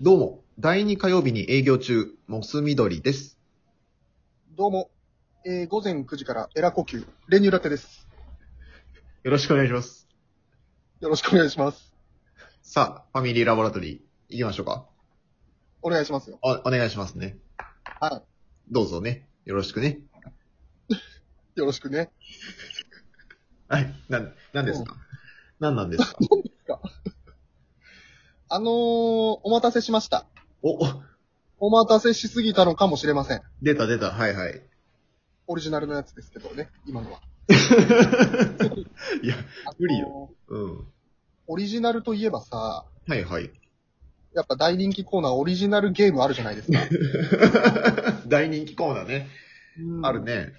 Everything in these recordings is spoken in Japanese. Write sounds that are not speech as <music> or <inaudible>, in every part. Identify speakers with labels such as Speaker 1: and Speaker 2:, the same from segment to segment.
Speaker 1: どうも、第2火曜日に営業中、モス緑です。
Speaker 2: どうも、えー、午前9時からエラ呼吸、練乳ラテです。
Speaker 1: よろしくお願いします。
Speaker 2: よろしくお願いします。
Speaker 1: さあ、ファミリーラボラトリー、行きましょうか。
Speaker 2: お願いしますよ。
Speaker 1: お、お願いしますね。
Speaker 2: は
Speaker 1: どうぞね。よろしくね。
Speaker 2: い。よろしくね。
Speaker 1: はい。なん、なんですかなんなんですか
Speaker 2: あのー、お待たせしました。
Speaker 1: <laughs> お、お、
Speaker 2: お待たせしすぎたのかもしれません。
Speaker 1: 出た出た。はい <laughs> はい。
Speaker 2: オリジナルのやつですけどね、今のは。
Speaker 1: いや、無理よ。
Speaker 2: よ。
Speaker 1: うん。
Speaker 2: オリジナルといえばさ、
Speaker 1: はい <laughs> はい。
Speaker 2: やっぱ大人気コーナーオリジナルゲームあるじゃないです
Speaker 1: <laughs>
Speaker 2: か。
Speaker 1: 大人気コーナーね。
Speaker 2: うん
Speaker 1: ある。ね。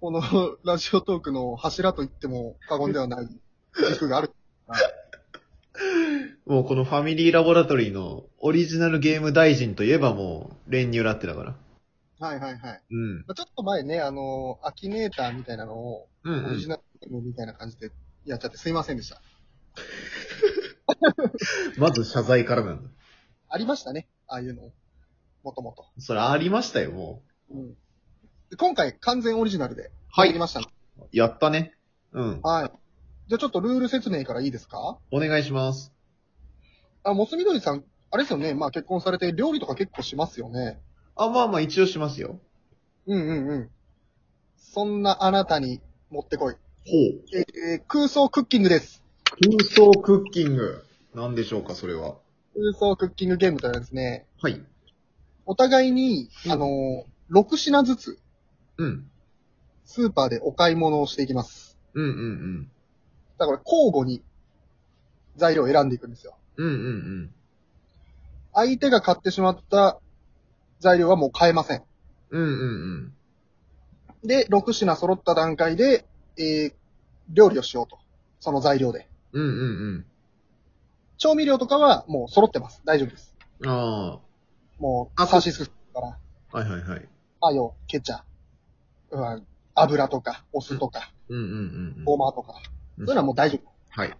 Speaker 2: このラジオトークの柱と言っても過言ではない軸がある。
Speaker 1: もうこのファミリーラボラトリーのオリジナルゲーム大臣といえばもう、練乳ラッテだから。
Speaker 2: はいはいはい。
Speaker 1: うん。
Speaker 2: まあちょっと前ね、あのー、アキネーターみたいなのを、
Speaker 1: うん、う
Speaker 2: オリジ
Speaker 1: ん。
Speaker 2: ナルゲームみたいな感じでやっちゃってすいませんでした。
Speaker 1: まず謝罪からなんだ。
Speaker 2: ありましたね、ああいうの。もともと。
Speaker 1: それありましたよ、もう。
Speaker 2: うん。で今回完全オリジナルで
Speaker 1: は
Speaker 2: やり
Speaker 1: い。
Speaker 2: ましたの
Speaker 1: やったね。うん。
Speaker 2: はい。じゃあちょっとルール説明からいいですか
Speaker 1: お願いします。
Speaker 2: あ、モスみどりさん、あれですよね、まあ結婚されて料理とか結構しますよね。
Speaker 1: あ、まあまあ一応しますよ。
Speaker 2: うんうんうん。そんなあなたに持ってこい。
Speaker 1: ほう。
Speaker 2: えー空想クッキングです。
Speaker 1: 空想クッキング。なんでしょうか、それは。
Speaker 2: 空想クッキングゲームというのはですね、
Speaker 1: はい。
Speaker 2: お互いに、あのー、6品ずつ
Speaker 1: うん。
Speaker 2: スーパーでお買い物をしていきます。
Speaker 1: うんうんうん。
Speaker 2: だから交互に材料を選んでいくんですよ。
Speaker 1: うんうんうん。
Speaker 2: 相手が買ってしまった材料はもう買えません。
Speaker 1: うんうん
Speaker 2: で、6品揃った段階で、えー、料理をしようと。その材料で。
Speaker 1: うん。うんうん
Speaker 2: 調味料とかはもう揃ってます。大丈夫です。
Speaker 1: うん。あ
Speaker 2: もう、
Speaker 1: あ
Speaker 2: サシスから、
Speaker 1: あ。はいはいはい。
Speaker 2: マヨ、ケチャ、うん、油とか、お酢とか、
Speaker 1: うんうんうんう
Speaker 2: ご
Speaker 1: ん。
Speaker 2: まとか。
Speaker 1: うん
Speaker 2: そういうのはもう大丈夫。
Speaker 1: はい。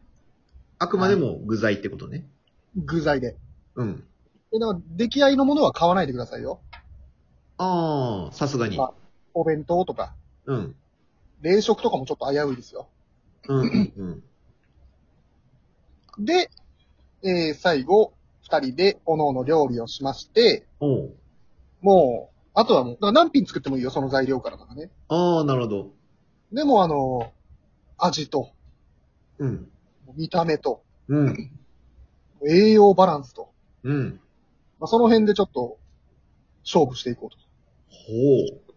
Speaker 1: あくまでも具材ってことね。
Speaker 2: 具材で。
Speaker 1: うん。
Speaker 2: でだから出来合いのものは買わないでくださいよ。
Speaker 1: ああ、さすがに。
Speaker 2: あお弁当とか、
Speaker 1: うん。
Speaker 2: 冷食とかもちょっと危ういですよ。
Speaker 1: うんうん <clears throat> うん。
Speaker 2: で、えー、最後、二人で、おのおの料理をしまして、
Speaker 1: おう。
Speaker 2: もう、あとはもう、だから何品作ってもいいよ、その材料からとかね。
Speaker 1: ああ、なるほど。
Speaker 2: でも、あの、味と、
Speaker 1: うん。
Speaker 2: 見た目と、
Speaker 1: うん。
Speaker 2: 栄養バランスと、
Speaker 1: うん。
Speaker 2: まあ、その辺でちょっと、勝負していこうと。
Speaker 1: ほう。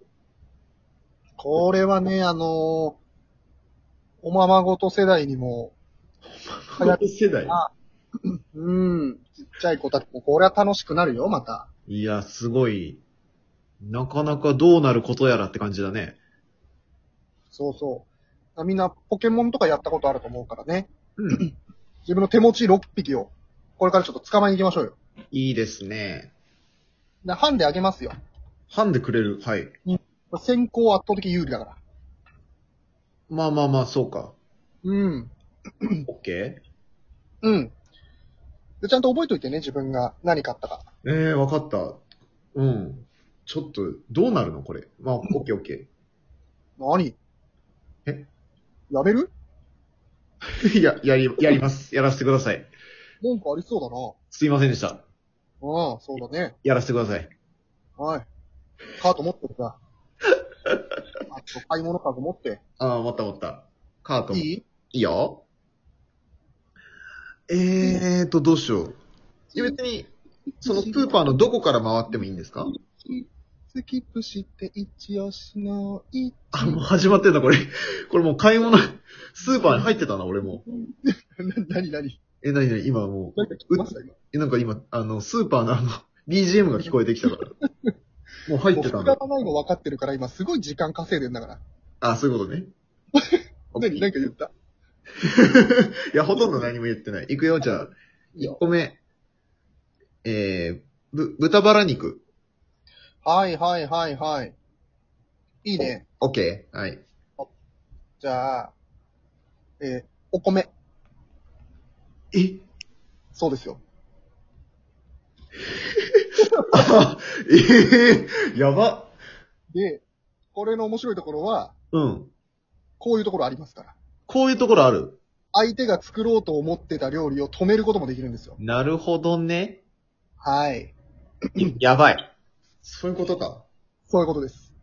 Speaker 2: これはね、あのおままごと世代にも、流行っ
Speaker 1: <laughs> 世代
Speaker 2: あうん、ちっちゃい子たちも、これは楽しくなるよ、また。
Speaker 1: いや、すごい。なかなかどうなることやらって感じだね。
Speaker 2: そうそう。みんな、ポケモンとかやったことあると思うからね。
Speaker 1: うん。
Speaker 2: <clears throat> 自分の手持ち6匹を、これからちょっと捕まえに行きましょうよ。
Speaker 1: いいですね。
Speaker 2: でハンデあげますよ。
Speaker 1: ハンでくれる。はい。
Speaker 2: 先行圧倒的有利だから。
Speaker 1: まあまあまあ、そうか。
Speaker 2: うん。
Speaker 1: オッケ
Speaker 2: うん。で、ちゃんと覚えといてね、自分が何買ったか。
Speaker 1: ーええー、わかった。うん。ちょっと、どうなるのこれ。まあ、オッケーオッケ
Speaker 2: 何
Speaker 1: え
Speaker 2: やめる
Speaker 1: ー。 <laughs> いや、やり、やります。やらせてください。
Speaker 2: 文句ありそう
Speaker 1: すいませんでした。
Speaker 2: だな。うん、そうだね。
Speaker 1: やらせてください。
Speaker 2: はい。カート持って
Speaker 1: <laughs>
Speaker 2: るか。あと買い物カート持って。
Speaker 1: ああ、持った持った。カートも。
Speaker 2: い
Speaker 1: い
Speaker 2: い
Speaker 1: いよ。えーと、どうしよう。いや、別に、そのスーパーのどこから回ってもいいんですか
Speaker 2: スキップして一押しの
Speaker 1: <laughs>
Speaker 2: 一。
Speaker 1: あ、もう始まってんだ、これ。これもう買い物、スーパーに入ってたな、俺も。
Speaker 2: な、なになに
Speaker 1: え、なになに、今もう、
Speaker 2: なんか聞きました今。
Speaker 1: え、なんか今、あの、スーパーのあの、BGM が聞こえてきたから。もう入っ
Speaker 2: もう
Speaker 1: てた
Speaker 2: 膨
Speaker 1: ん
Speaker 2: ら
Speaker 1: だ。
Speaker 2: まないの分かってるから今すごい時間稼いでんだから。
Speaker 1: あ、そういうことね。
Speaker 2: な
Speaker 1: <laughs>
Speaker 2: に、なんか言った
Speaker 1: いや、ほとんど何も言ってない。行くよ、じゃあ。
Speaker 2: い
Speaker 1: 1
Speaker 2: いよ
Speaker 1: 個目。えー、ぶ、豚バラ肉。
Speaker 2: はいはいはいはい。いいね。
Speaker 1: OK。はい。
Speaker 2: じゃあ、えーお米。
Speaker 1: え <laughs>
Speaker 2: そうですよ。
Speaker 1: あええやば。
Speaker 2: で、これの面白いところは、
Speaker 1: うん。
Speaker 2: こういうところありますから。
Speaker 1: こういうところある。
Speaker 2: 相手が作ろうと思ってた料理を止めることもできるんですよ。
Speaker 1: なるほどね。
Speaker 2: はい。
Speaker 1: いやばい。そういうことか。
Speaker 2: そういうことです。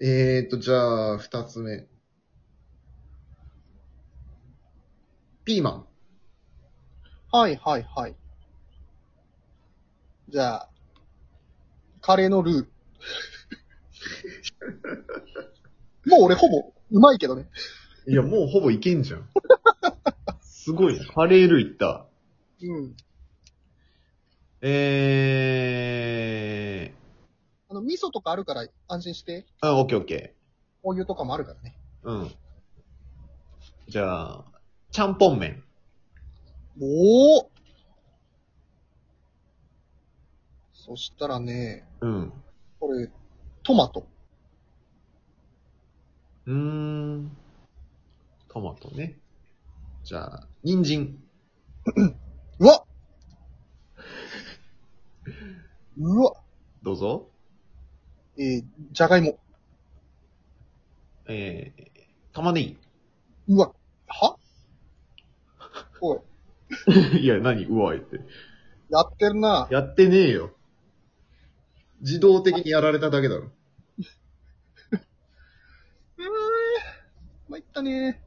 Speaker 1: えーと、じゃあ、二つ目。ピーマン。
Speaker 2: はいはいはい。じゃあ、カレーのルー。 <laughs> もう俺ほぼ、うまいけどね。
Speaker 1: いや、もうほぼいけん <laughs> じゃん。すごいな。カレールーいった。
Speaker 2: うん。
Speaker 1: えー。
Speaker 2: あの、味噌とかあるから安心して、
Speaker 1: あ、オッケーオッケ
Speaker 2: お湯とかもあるからね。
Speaker 1: ー。うん。じゃあ、ちゃんぽん麺。
Speaker 2: おおそしたらね、
Speaker 1: うん。
Speaker 2: これ、トマト。
Speaker 1: うーん。トマトね。じゃあ、人参。
Speaker 2: うわうわ
Speaker 1: どうぞ。
Speaker 2: えー、じゃがいも。
Speaker 1: えー、玉ね <laughs> ぎ。
Speaker 2: うわはおい、
Speaker 1: いや、何うわいって。
Speaker 2: やってるな。
Speaker 1: やってねえよ。自動的にやられただけだろ。
Speaker 2: うーん、まいったね。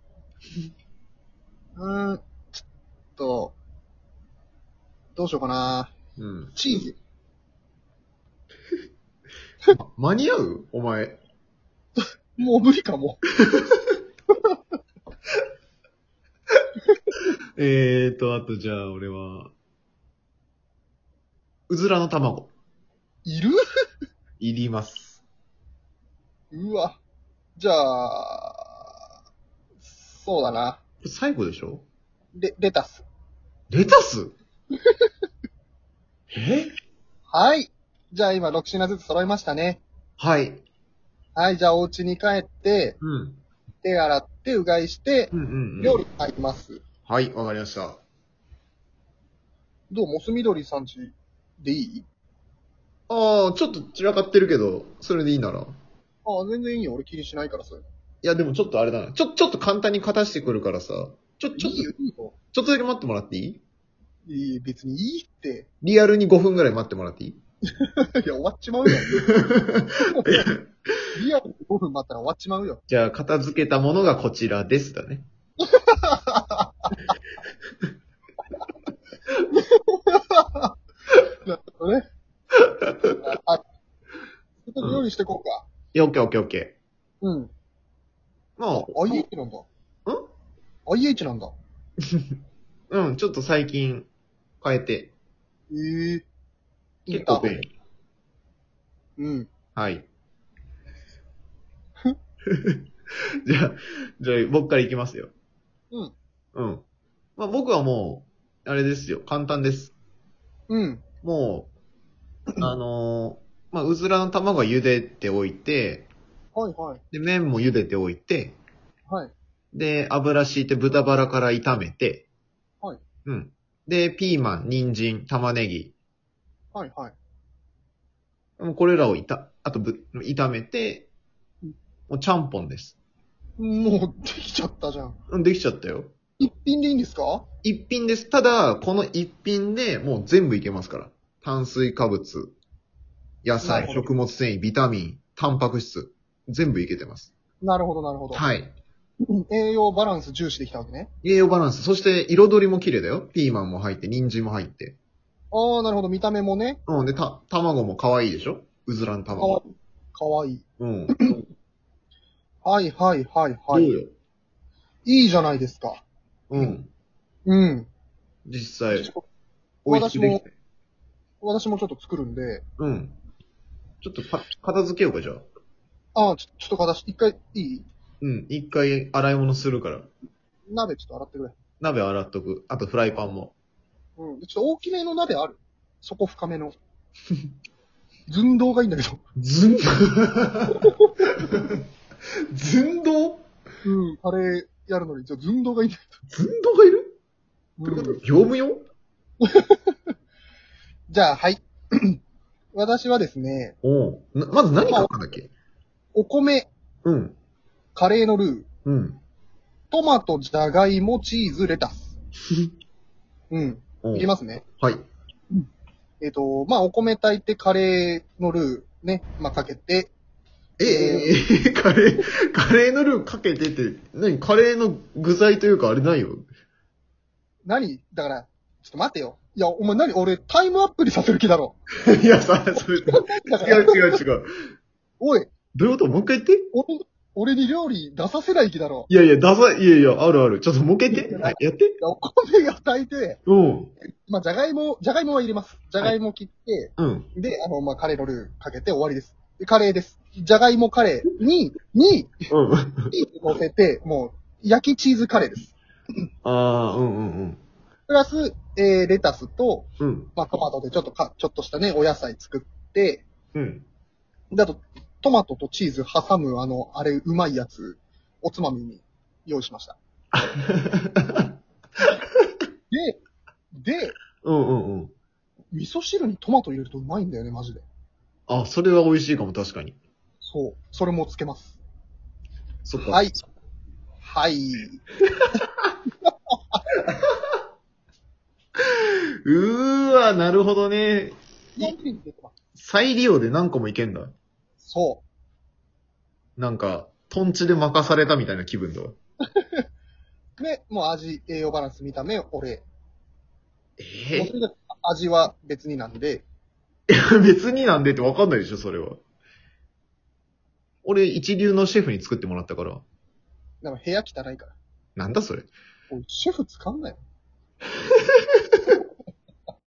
Speaker 2: うーん、ちょっと、どうしようかな。 <laughs>
Speaker 1: うん。
Speaker 2: チーズ。
Speaker 1: 間に合うお前。
Speaker 2: もう無理かも。
Speaker 1: えーと、あとじゃあ俺は、うずらの卵。
Speaker 2: いる
Speaker 1: いります。
Speaker 2: うわ。じゃあ、そうだな。
Speaker 1: これ最後でしょ
Speaker 2: レ、レタス。
Speaker 1: レタ
Speaker 2: <laughs>
Speaker 1: スえ
Speaker 2: はい。じゃあ今6品ずつ揃いましたね。
Speaker 1: はい。
Speaker 2: はい。じゃあお家に帰って、
Speaker 1: うん。
Speaker 2: 手洗って、うがいして、
Speaker 1: うんうん、うん。
Speaker 2: 料理入ります。
Speaker 1: はい、わかりました。
Speaker 2: どうもすみどりさんちでいい
Speaker 1: ああ、ちょっと散らかってるけど、それでいいなら。い
Speaker 2: ああ、全然いいよ。俺気にしないから、それ。
Speaker 1: や、でもちょっとあれだな。ちょ、ちょっと簡単に勝たしてくるからさ。ちょ、ちょっ
Speaker 2: いいよ
Speaker 1: と、、
Speaker 2: いいよ。
Speaker 1: ちょっとだけ待ってもらっていい
Speaker 2: いい、別にいいって。 <laughs>
Speaker 1: リアルに5分ぐらい待ってもらっていい
Speaker 2: いや、終わっちま
Speaker 1: <laughs>
Speaker 2: うよ。リアルで5分待ったら終わっちまうよ。
Speaker 1: じゃあ、片付けたものがこちらですだね。
Speaker 2: なるほどね。ああ、ちょっと料理してこうか。
Speaker 1: いや、オッケーオッケーオッケ
Speaker 2: うん。
Speaker 1: ー。まあ、
Speaker 2: IH なんだ。
Speaker 1: ん
Speaker 2: ?IH なんだ。
Speaker 1: うん、ちょっと最近変えて。
Speaker 2: ええいいん
Speaker 1: 結
Speaker 2: だ
Speaker 1: 構便利。
Speaker 2: うん。
Speaker 1: はい。 <laughs> じゃあ、じゃあ僕からいきますよ。
Speaker 2: うん。
Speaker 1: うん。まあ僕はもう、あれですよ。簡単です。
Speaker 2: うん。
Speaker 1: も
Speaker 2: <clears throat>
Speaker 1: う、あのーまあ、うずらの卵は茹でておいて、
Speaker 2: はいはい。
Speaker 1: で、麺も茹でておいて、
Speaker 2: はい。
Speaker 1: で、油敷いて豚バラから炒めて、
Speaker 2: はい。
Speaker 1: うん。で、ピーマン、人参、玉ねぎ、
Speaker 2: はいはい。
Speaker 1: もうこれらをいた、あとぶ、炒めて
Speaker 2: うん、
Speaker 1: もうちゃんぽんです。
Speaker 2: もう、できちゃったじゃん。
Speaker 1: うん、できちゃったよ。
Speaker 2: 一品でいいんですか
Speaker 1: 一品です。ただ、この一品でもう全部いけますから。炭水化物、野
Speaker 2: なる
Speaker 1: 菜、
Speaker 2: ほど
Speaker 1: 食物繊維、ビタミン、タンパク質、全部いけてます。
Speaker 2: なるほどなるほど。い。
Speaker 1: はい。
Speaker 2: 栄養バランス重視できたわけね。
Speaker 1: 栄養バランス。そして、彩りも綺麗だよ。ピーマンも入って、人参も入って。
Speaker 2: ああ、なるほど。見た目もね。
Speaker 1: うん。で、た、卵も可愛いでしょうずらの
Speaker 2: かわ
Speaker 1: 卵。
Speaker 2: いい。かわいい。
Speaker 1: うん。
Speaker 2: はいはいはいは
Speaker 1: ど
Speaker 2: い。
Speaker 1: うよ。
Speaker 2: いいじゃないですか。
Speaker 1: うん。
Speaker 2: うん。
Speaker 1: 実際、美味し
Speaker 2: 私
Speaker 1: くで
Speaker 2: も
Speaker 1: きて。
Speaker 2: 私もちょっと作るんで、
Speaker 1: うん。ちょっとか、片付けようか、じゃあ。
Speaker 2: ああ、ちょちょっと形、一回、いい
Speaker 1: うん。一回洗い物するから。
Speaker 2: 鍋ちょっと洗ってくれ。
Speaker 1: 鍋洗っとく。あとフライパンも。
Speaker 2: うん。でちょっと大きめの鍋ある。そこ
Speaker 1: <laughs>
Speaker 2: 深めの。寸胴がいいんだけど。
Speaker 1: ず
Speaker 2: <laughs>
Speaker 1: ん、寸胴
Speaker 2: うん。カレーやるのに、じゃあ寸胴がいいんだ
Speaker 1: 寸胴がいる
Speaker 2: けど。うん
Speaker 1: 業務用
Speaker 2: じじゃあ、はい。 <clears throat> 私はですね、
Speaker 1: おうなまず何書くんだっけ
Speaker 2: お米、
Speaker 1: うん。
Speaker 2: カレーのルー、 <laughs>
Speaker 1: うん。
Speaker 2: トマト、じゃがいも、チーズ、レタス。うん。
Speaker 1: おう
Speaker 2: いきますね。
Speaker 1: はい。
Speaker 2: えっ、と、まあ、お米炊いてカレーのルーね、まあ、かけて、
Speaker 1: え、え、え、カレー、カレーのルーかけてって、何カレーの具材というかあれないよ。 <laughs>
Speaker 2: 何だから、ちょっと待てよ。いや、お前何俺、タイムアップにさせる気だろ。
Speaker 1: いや、さ、それ、違
Speaker 2: だから
Speaker 1: う違う違う。
Speaker 2: おい、
Speaker 1: どういうこともう一回言って
Speaker 2: 俺、俺に料理出させない気だろ。
Speaker 1: いやいや、ダサい、いやいや、あるある。ちょっともう一回言って。はいやって。
Speaker 2: いやお米が炊いて、
Speaker 1: うん。
Speaker 2: まあ、じゃがいも、じゃがいもは入れます。じゃがいも切って、
Speaker 1: うん。
Speaker 2: で、あの、まあ、カレーのルーかけて終わりです。でカレーです。じゃがいもカレーに、に、
Speaker 1: うん。
Speaker 2: 乗せて、もう、焼きチーズカレーです。
Speaker 1: ああ、うんうんうん。
Speaker 2: プラス、えー、レタスと、
Speaker 1: うん。
Speaker 2: まあ、トマトでちょっとか、ちょっとしたね、お野菜作って、
Speaker 1: うん。 <laughs>
Speaker 2: で、あと、トマトとチーズ挟む、あの、あれ、うまいやつ、おつまみに用意しました。で、で、
Speaker 1: うんうんうん。
Speaker 2: 味噌汁にトマト入れるとうまいんだよね、マジで。
Speaker 1: あ、それは美味しいかも、確かに。
Speaker 2: そう。それもつけます。
Speaker 1: そっか。
Speaker 2: はい。はい。
Speaker 1: うーわ、なるほどね。再利用で何個もいけんだ。
Speaker 2: そ
Speaker 1: なんか、トンチで任されたみたいな気分だわ。
Speaker 2: う。で、もう味、栄養バランス、見た目、俺。もう
Speaker 1: え
Speaker 2: それで味は別になんで、 <laughs>
Speaker 1: ー別になんでってわかんないでしょ、それは。俺、一流のシェフに作ってもらったから。
Speaker 2: でも部屋汚いから。
Speaker 1: なんだそれ。
Speaker 2: おいシェフ使うなよ。